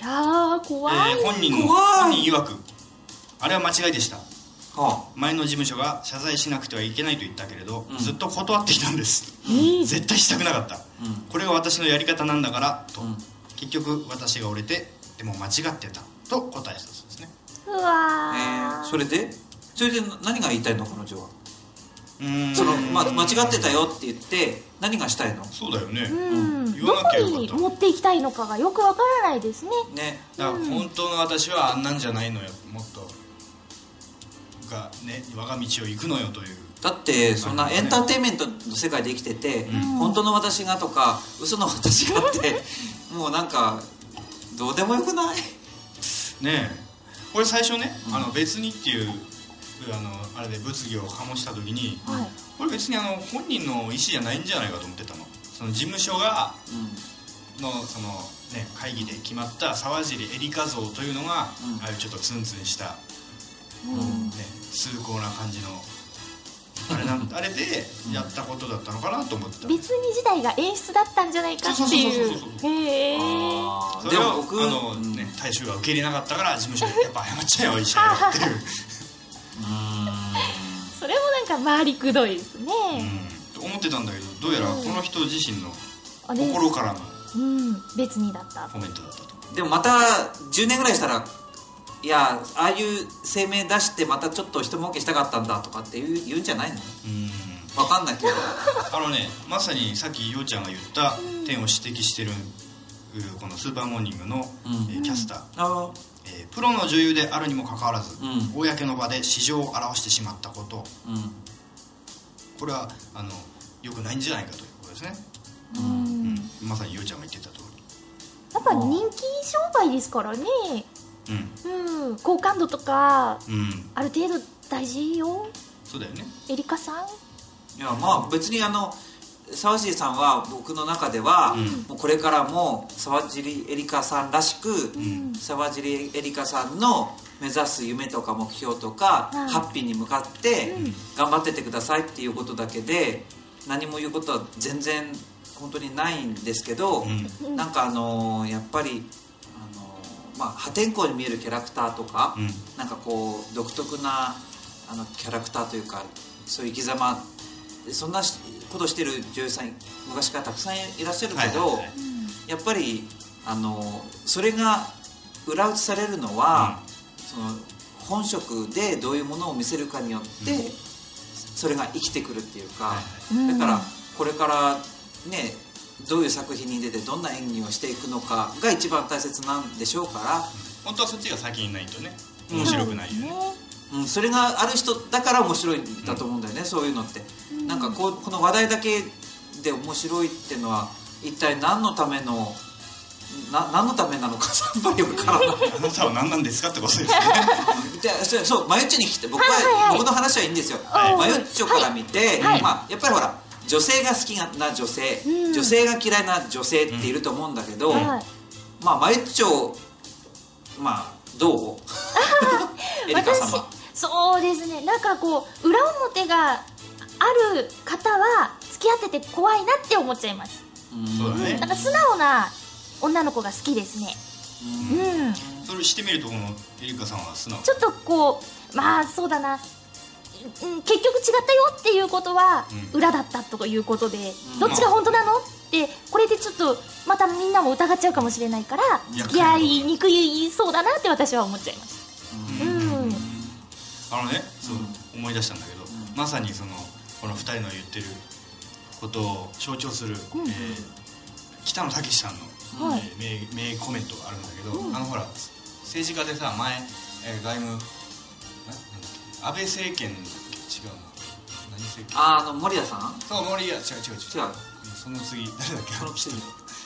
E: やー
B: え
E: 怖い、
B: ー、本人の
A: 怖い
B: 本人曰くあれは間違いでした
A: は
B: 前の事務所が謝罪しなくてはいけないと言ったけれど、
A: うん
B: ずっと断ってきたんです
E: えー
B: 絶対したくなかった、
A: うん
B: これが私のやり方なんだからと、
A: うん
B: 結局私が折れてでも間違ってたと答えたそうですね
E: うわ
A: あ、えー
E: ー、
A: それでそれで何が言いたいの彼女は
B: うーん
A: その、ま、間違ってたよって言って何がしたいの
B: そうだよね、
E: うん、
B: 言
E: ど
B: わな
E: こ
B: きゃよかった
E: に持っていきたいのかがよくわからないですね
A: ね
B: だから本当の私はあんなんじゃないのよもっとがね我が道を行くのよという
A: だってそんなエンターテインメントの世界で生きてて、本当の私がとか嘘の私がって もうなんかどうでもよくない
B: ねえこれ最初ね、あの別にっていうあのあれで物議を醸した時に、
E: はい
B: これ別にあの本人の意思じゃないんじゃないかと思ってたのその事務所が
A: う
B: のその、ね、会議で決まった沢尻エリカ像というのが、
A: うん
B: ああいうちょっとツンツンした、
A: んうん
B: ね、崇高な感じのあれ なんあれでやったことだったのかなと思ってた
E: 別に自体が演出だったんじゃないかって
B: そ
E: い
B: うそうそうそう
E: う
B: そ
E: へえは
A: あー
B: そ
A: で
B: れ
A: も
B: を
A: 僕
B: あの、
A: うん
B: ね、大衆が受け入れなかったから事務所でやっぱ謝っちゃえばいいじゃんよっていう、
A: う
E: それもなんか周りくどいですね、
B: うん、と思ってたんだけどどうやらこの人自身の
E: あれ
B: 心からの
E: うん別にだった
B: コメントだったと
A: ーんでもまた10年ぐらいしたらいやああいう声明出してまたちょっと一儲けしたかったんだとかって言う言うんじゃないの
B: うん
A: わかん ないけど
B: あのねまさにさっきようちゃんが言った点を指摘してるうんこの「スーパーモーニングの」
A: うん
B: えーキャスター、
A: あ
B: えープロの女優であるにもかかわらず、
A: うん
B: 公の場で市場を表してしまったこと
A: ーうん
B: これはあの良くないんじゃないかということですね、
E: うん
B: うんまさにようちゃんが言ってた通
E: やっぱ人気商売ですからね
B: りうん
E: うん好感度とか
B: うん
E: ある程度大事よ
B: そうだよね
E: エリカさん
A: いやまあ別にあの沢尻さんは僕の中では、
B: うん
A: もうこれからも沢尻エリカさんらしく、
B: ん
A: 沢尻エリカさんの目指す夢とか目標とか、
E: はい
A: ハッピーに向かって
E: うん
A: 頑張ってってくださいっていうことだけで何も言うことは全然本当にないんですけど、
B: うん
A: なんかあのーやっぱり、あのーまあ、破天荒に見えるキャラクターとか、
B: うん
A: なんかこう独特なあのキャラクターというかそういう生き様そんなしことしてる女優さん昔からたくさんいらっしゃるけど、
B: はいはいはい
A: やっぱりあのそれが裏打ちされるのは、その本職でどういうものを見せるかによって、
B: うん
A: それが生きてくるっていうか、
B: はいはい
E: うん
A: だからこれからねどういう作品に出てどんな演技をしていくのかが一番大切なんでしょうから。
B: 本当はそっちが先にないとね面白くないよね、
A: うん、それがある人だから面白いんだと思うんだよね、そういうのって、なんかこうこの話題だけで面白いっていうのは一体何のためのな何のためなのかさっぱり分からない
B: あなたは何なんですかってことですね
A: じゃあそうそうマユッチョに聞いて僕は、
E: はいはいはい
A: 僕の話はいいんですよ、
E: はい
A: マユッチョから見て、
E: はい
A: まあ、やっぱりほら女性が好きな女性、
E: うん
A: 女性が嫌いな女性っていると思うんだけど、
E: はい
A: まあマユッチョまあどうエリカ
E: 私
A: 様
E: そうですねなんかこう裏表がある方は付き合ってて怖いなって思っちゃいます
B: そうだね
E: なんか素直な女の子が好きですねうん
B: それしてみるとこのエリカさんは素直
E: ちょっとこうまあそうだなうん結局違ったよっていうことは
B: うん
E: 裏だったということで、
A: うん
E: どっちが本当なのってこれでちょっとまたみんなも疑っちゃうかもしれないから
B: いや
E: 付き合いにくいそうだなって私は思っちゃいまし
A: う
E: た
A: ん
E: うん
B: あのねそう思い出したんだけど、まさにそのこの2人の言ってることを象徴する、
E: うん
B: えー北野武さんの、
E: はい
B: えー名名コメントがあるんだけど、あのほら政治家でさ前、えー外務ななんだっけ安倍政権だっけ違うな何政権
A: ああの森田さん
B: そう森が違
A: 違
B: う違う違う
A: う
B: その次誰だっけ
A: その次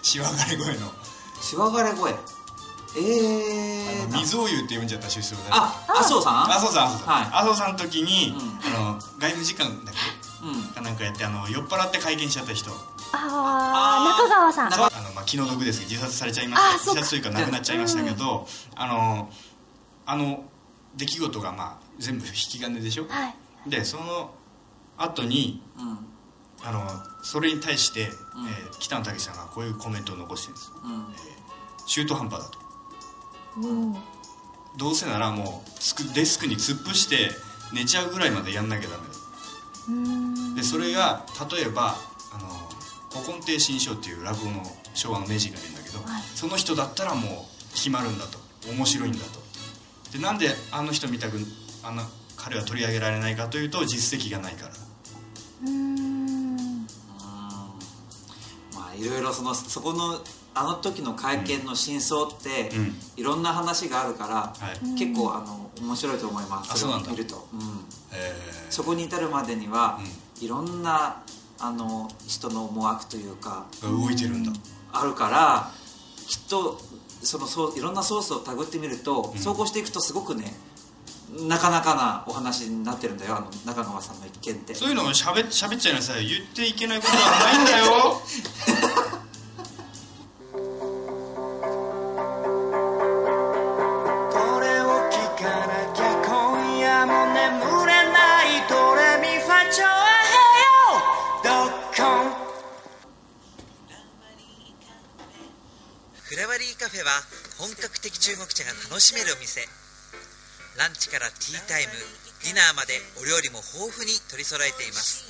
B: しわがれ声の
A: しわがれ声えー、な
B: 水を湯って呼んじゃった出世だ
A: あ麻生さん
B: 麻生さん麻生さん、
A: はい
B: 麻生さんの時に、
A: うん
B: あの外務次官だっけ
A: うん
B: かなんかやってあの酔っ払って会見しちゃった人
E: あ
A: あ
E: ー
A: ー
E: 中川さん
A: 中
B: あのまあ気の毒ですけど自殺されちゃいました
E: あ
B: 自
E: そうか
B: 殺というか亡くなっちゃいましたけど、あのあの出来事がまあ全部引き金でしょ、
E: はい
B: でその後に
A: うん
B: あのそれに対して、
A: ん
B: えー北野武さんがこういうコメントを残してるんです
A: うん
B: 中途半端だと
E: うん
B: どうせならもうつくデスクに突っ伏して寝ちゃうぐらいまでやんなきゃダメだ
E: うん
B: でそれが例えばあの古今亭新章っていう落語の昭和の名人がいるんだけど、
E: はい
B: その人だったらもう決まるんだと面白いんだとでなんであの人みたくあの彼は取り上げられないかというと実績がないから
E: うん
A: まあいろいろそのそこのあの時の会見の真相って、
B: うん
A: いろんな話があるから、
B: はい、
E: ん
A: 結構あの面白いと思います
B: あそうなんだ
A: れを見ると、うん
B: えー
A: そこに至るまでには、
B: う
A: いろんなあの人の思惑というか
B: が動いてるんだ
A: あるからきっとそのそういろんなソースをたぐってみると、
B: うん
A: 総合していくとすごくねなかなかなお話になってるんだよあの中川さんの一件って
B: そういうのをしゃべっしゃべっちゃいなさい言っていけないことはないんだ よ
C: これを聞かなきゃ今夜も眠れないドレミファチョアヘヨドッコン
G: フラワリーカフェは本格的中国茶が楽しめるお店ランチからティータイムディナーまでお料理も豊富に取り揃えています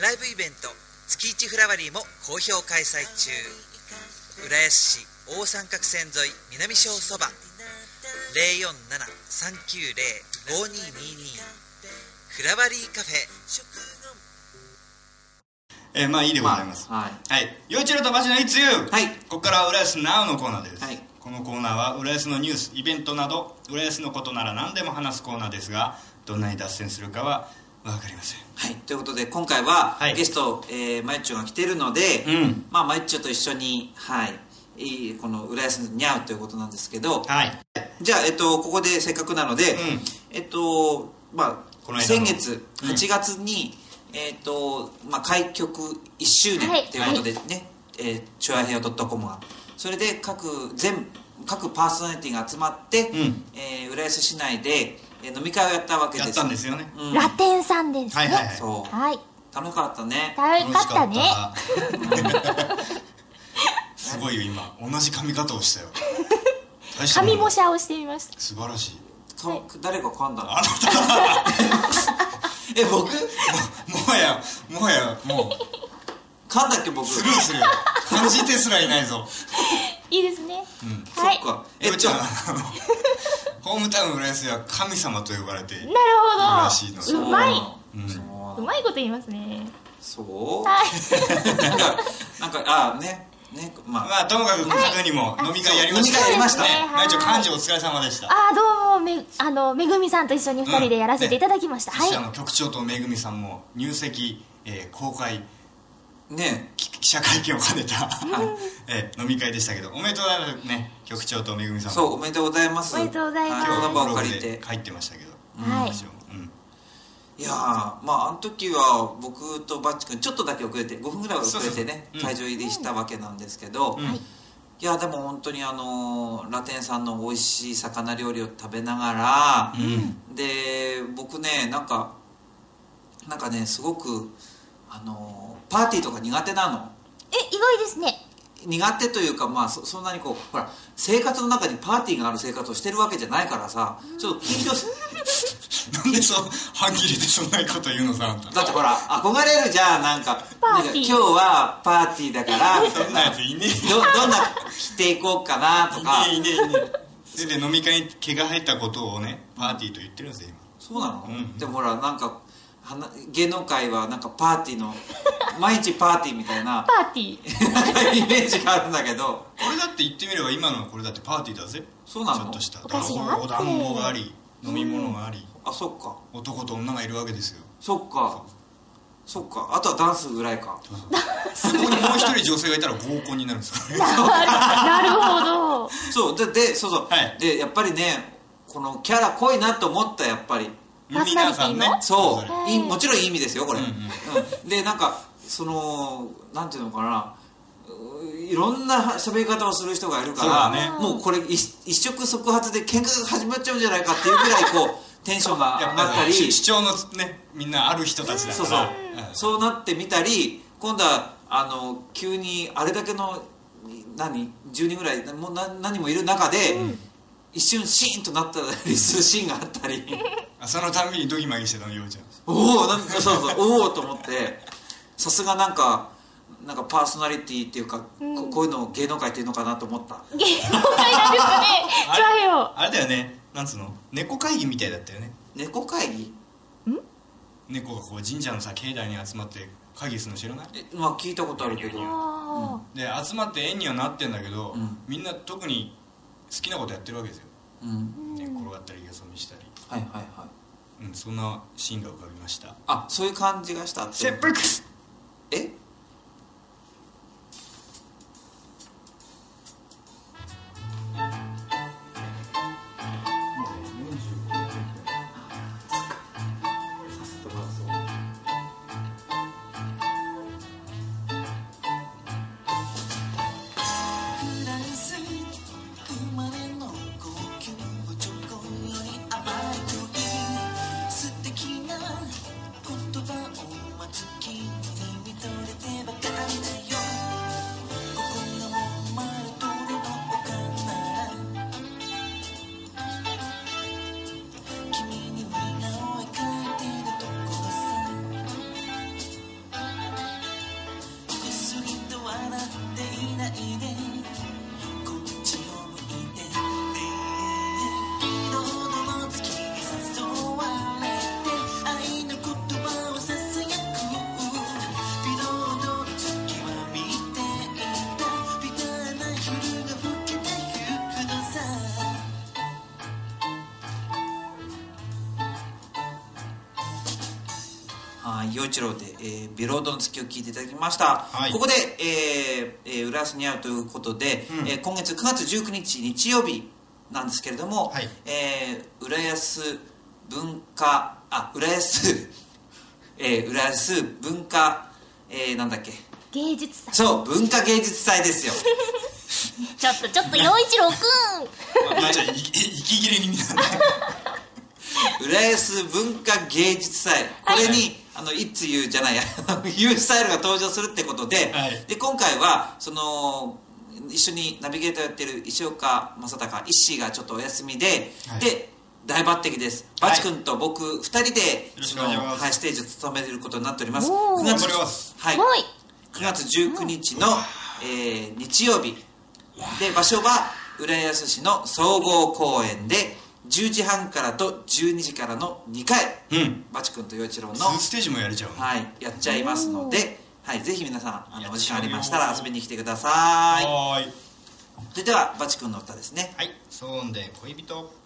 G: ライブイベント「月一フラワリー」も好評開催中浦安市大三角線沿い南小そば0473905222フラワリーカフェ
B: えーまあいいでございます、
A: まあはい
B: はい陽一郎と橋の一遊
A: はい
B: ここからは浦安 NOW のコーナーです、
A: はい
B: このコーナーは浦安のニュースイベントなど浦安のことなら何でも話すコーナーですがどんなに脱線するかは分かりません
A: はい、ということで今回は、
B: はい
A: ゲスト、えー、マユッチョが来てるので、
B: うん
A: まあ、マユッチョと一緒に、はい、いいこの浦安に会うということなんですけど、
B: はい
A: じゃあ、えっと、ここでせっかくなので、
B: ん
A: えっとま
B: この
A: あ、
B: 間
A: 先
B: の
A: 月
B: うん
A: 8月に、えっとまあ、開局1周
E: は
A: 年
E: い
A: ということでね、えー、チュアヘアドットコムがそれで各全各パーソナリティが集まって、
B: ん
A: えー浦安市内でえー飲み会をやったわけで
B: や
A: す
B: ったんですよね、
A: うん
E: ラテンさんです
B: はい
E: ね
B: はいはい
A: そう
E: はい
A: 楽しかったね
E: 楽しかったね
B: 楽しかった すごいよ今同じ髪型をしたよ大したもん
E: 髪模写をしてみました
B: 素晴らしい
A: か誰か噛んだの
B: あなたは
A: え僕
B: ももはやもはやもう
A: 噛んだっけ僕
B: スルーするよ感じてすらいないぞ
E: いいですね
B: うん
E: は
A: そっか
B: え
A: え
B: っ
A: ち
B: ち
A: ょ
B: ゃん ホームタウン浦安では神様と呼ばれて
E: な
B: らしいの
E: るほどうまい
B: うん
E: う
A: そう
E: まいこと言いますね
A: そう
E: はい
A: なんか なんかああねねまあ
B: まあともかくこの作にも飲み会やりました
A: 飲み会やりました
B: ね
E: はい
B: 一応幹事お疲れ様でした
E: ああどうもめあのめぐみさんと一緒に二人でやらせていただきました、
B: そしてあ
E: はい
B: の局長とめぐみさんも入籍えー公開
A: ね
B: き記者会見を兼ねた、 ええ飲み会でしたけどおめでとうございますね局長とめぐみさんも
A: そうおめでとうございます
E: おめでとうございます
A: はいこ
B: 今日
A: の場を
B: ブロ
A: 借
B: グ
A: り
B: で
A: て
B: 入ってましたけど、
E: はい
B: もちろんうん
A: いやーまああの時は僕とバッチ君ちょっとだけ遅れて5分ぐらい遅れてね
B: そうそうう
A: 会
B: ん
A: 場入りしたわけなんですけど、
B: うん
A: いやでも本当にあのーラテンさんの美味しい魚料理を食べながら、で僕ねなんかなんかねすごくあのーパーティーとか苦手なの
E: え、意外ですね。
A: 苦手というかまあそそんなにこうほら生活の中にパーティーがある生活をしてるわけじゃないからさちょっと緊張す
B: なんでそう歯切れてそんなこと言うのさあんた
A: だってほら憧れるじゃんなんか
E: パ
A: な
E: ー
A: んか
E: ティー
A: 今日はパーティーだ からみた
B: そ
A: い
B: んな
A: な
B: やついねえ
A: どどんな着ていこうかなとか
B: いねえいねえいねえそれで飲み会に毛が入ったことをねパーティーと言ってるんですよ
A: そうなの、
B: うん
A: でもほらなんかはな芸能界はなんかパーティ ーの毎日パーティーみたいな
E: パーティー。
A: なんかイメージがあるんだけど
B: 今俺だって言ってみれば今のこれだってパーティーだぜ
A: そうなの
B: ちょっとした
E: お菓子があって
B: お団子があり飲み物があり、
A: あそっか
B: 男と女がいるわけですよ
A: そっかそっかあとはダンスぐらいか
B: そこにもう一人女性がいたら合コンになるん ですよ
E: なるほど。
A: そうででそうそう、
B: はい
A: でやっぱりねこのキャラ濃いなと思ったやっぱり
E: パーソナリティの
B: 皆
A: そ
B: れぞ
A: ういいもちろんいい意味ですよこれ、
B: うんうん
A: うんでなんかそのなんていうのかなういろんな喋り方をする人がいるか
B: そうだ
A: ら、
B: ね
A: もうこれ一一触即発で喧嘩が始まっちゃうんじゃないかっていうぐらいこうテンションが
B: れやっ
A: 上がっ
B: ぱ
A: た
B: り
A: り
B: 主張のねみんなある人たちだか
A: そ
B: ら
A: うそう、
B: ん
A: そうなってみたり今度はあの急にあれだけの何10人ぐらいもうな何もいる中で、一瞬シーンとなったりするシーンがあったり
B: あそのたんびにドギマギしてたのようちゃん
A: おおなんかそうそうおおと思ってさすがなんかなんかパーソナリティっていうか、ここういうのを芸能界っていうのかなと思った
E: 芸能界なんですね。じゃあよ。
B: あれだよねなんつうの猫会議みたいだったよね
A: 猫会議
B: 猫がこう神社のさ境内に集まって会議するの知らない
A: えまあ聞いたことあるけど
E: あ
B: で集まって縁にはなってんだけど、
A: うん
B: みんな特に好きなことやってるわけですよ、
A: うん
B: 寝転がったりよそ見したり、
A: はいはいはい
B: うん、そんなシーンが浮かびました
A: あそういう感じがしたって
B: 切腹
A: え
D: フランス生まれの高級チョコより甘いといい素敵な言葉を待つ君に見とれてばかりだよ心も生まれとりのおかな君に似顔絵描いてるところさ薬と笑っていないでこっちを向いてねえ色の月に誘われて愛の言葉をささやく色の月は見ていたみたいな昼が更けてゆくのさ
A: はい、陽一郎で、えービロードの月を聞いていただきました、
B: はい
A: ここで、えーえー浦安に会うということで、
B: うん
A: えー今月9月19日日曜日なんですけれども、
B: はい
A: えー浦安文化あ浦安、 えー浦安文化、えーなんだっけ
E: ー芸術祭。
A: そう文化芸術祭ですよ
E: ちょっとちょっと、陽一郎くん。
B: まあじゃあい 息切れにみんなね
A: 浦安文化芸術祭これに、
B: はい
A: あのいつ言うじゃない ユースタイルが登場するってことで,、
B: はい
A: で今回はその一緒にナビゲーターやってる石岡正隆石師がちょっとお休みで、
B: はい
A: で大抜擢です
B: はい
A: バチ君と僕2人で、
B: ろし
A: そ
B: くお
A: の
B: 願いします
A: はい、ステージを務めることになっております
E: おー
A: 9
B: 頑張ります
A: はい
E: すごい。
A: 9月19日の、えー日曜日で場所は浦安市の総合公園で10時半からと12時からの2回
B: うん
A: バチ君と陽一郎の、
B: 2ステージもやれちゃうの
A: はい、やっちゃいますので、はい、ぜひ皆さんあ
B: や
A: の
B: っちゃ
A: お時間
B: うよ
A: ありましたら遊びに来てください
B: はーい
A: それではバチ君の歌ですね
B: はい騒音で恋人
A: 「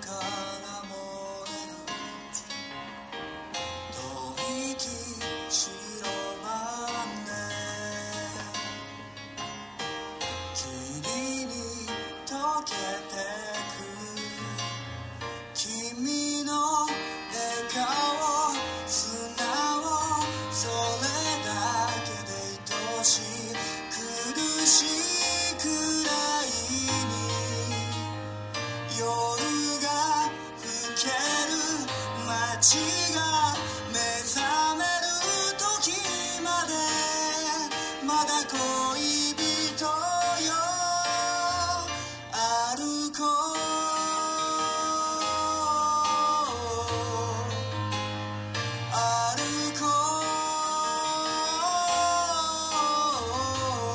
B: かな
D: 君の笑顔素直それだけで愛しい苦しいくらいに夜が更ける街が目覚める時までまだ恋人よ歩こう歩こう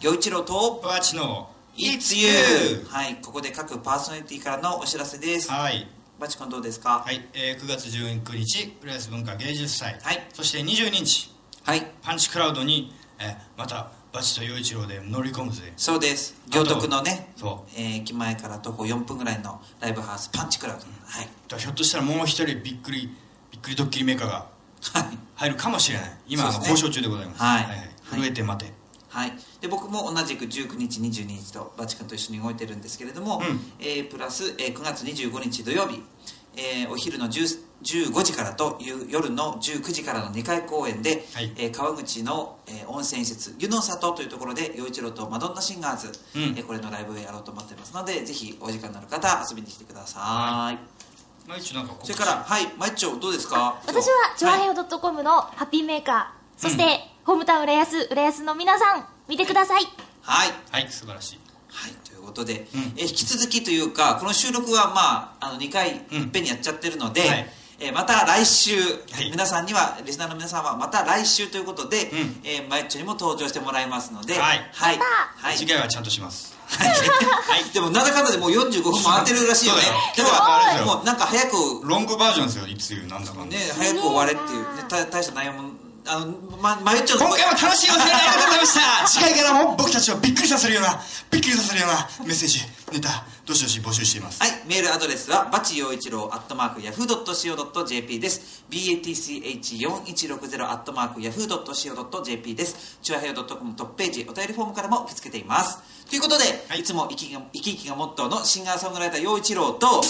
A: 与一郎と
B: バチの
A: It's You はいここで各パーソナリティからのお知らせです
B: はい
A: バチ君どうですか
B: はい、えー9月19日浦安文化芸術祭、
A: はい
B: そして22日
A: はい
B: パンチクラウドに、えーまたバチと陽一郎で乗り込むぜ
A: そうです行徳のね
B: そ
A: えー駅前から徒歩4分ぐらいのライブハウスパンチクラウドはい
B: だからひょっとしたらもう一人びっくりびっくりドッキリメーカーが
A: はい
B: 入るかもしれない今、あ
A: そ
B: の
A: うですね
B: 交渉中でございます、
A: はい
B: 震えて待て、
A: はい、で僕も同じく19日22日とバチ君と一緒に動いてるんですけれども、
B: うん
A: えープラス、えー9月25日土曜日、えーお昼の10 15時からという夜の19時からの2回公演で、
B: はい
A: えー川口の、えー温泉施設湯の里というところで陽一郎とマドンナシンガーズ、
B: うん
A: えーこれのライブをやろうと思ってますのでぜひお時間のある方遊びに来てください、
B: まあ、一応なんか
A: それからはいマイッチョどうですか
E: 私は、チョ
A: 今
E: ア
A: 日
E: ヘ
A: い
E: オ .com のハッピーメーカー、そして、ホームタウン浦安、浦安の皆さん、見てください。
A: はい
B: はい素晴らしい
A: はい、ということで、
B: うん
A: えー引き続きというかこの収録は、まあ、あの2回いっぺんにやっちゃってるので、
B: はい
A: えーまた来週、
B: い
A: 皆さんにはリスナーの皆さんはまた来週ということで、
B: うん
A: えーマイッチョにも登場してもらいますので
B: はい
A: はい、は
B: 次
A: い
B: 回はちゃんとします
A: はい でもなんだかんだでもう45分回ってるらしいよね
B: そうだよ
A: 今日
B: すごい
A: はもうなんか早く、
B: ロングバージョンですよいつ言うなんだかん
A: ね
B: だ、、
A: 早く終われっていう、ね、た大した内容もあの、ま、マイッチョの
B: 今回も楽しいお世話ありがとうござい ました次回からも僕たちをびっくりさせるようなびっくりさせるようなメッセージネタどしどし募集しています
A: はい、メールアドレスはバチ陽一郎アットマークヤフー .co.jp です BATCH4160 アットマークヤフー .co.jp ですチュアヘヨ .com トップページお便りフォームからも受け付けていますということで、
B: はい
A: い、つも生きが生き生きがモットーのシンガーソングライター陽一郎と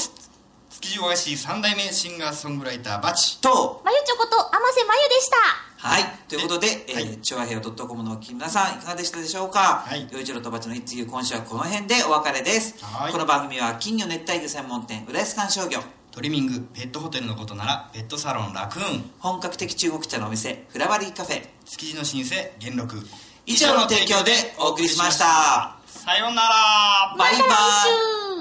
B: 築地 OIC3 代目シンガーソングライターバチ
A: と
E: まゆちょこと、あませまゆでした。
A: はいということで、えー
B: はい
A: チュアヘヨ .com のお聞きの皆さんいかがでしたでしょうか
B: はい
A: 陽一郎とバチのいつゆ今週はこの辺でお別れです
B: はい
A: この番組は金魚熱帯魚専門店浦安観賞魚
B: トリミングペットホテルのことならペットサロンラクーン
A: 本格的中国茶のお店フラワリーカフェ
B: 築地の新生元禄
A: 以上の提供でお送りしました。
B: さようなら
A: バイバ
E: また来
A: イ。
E: 週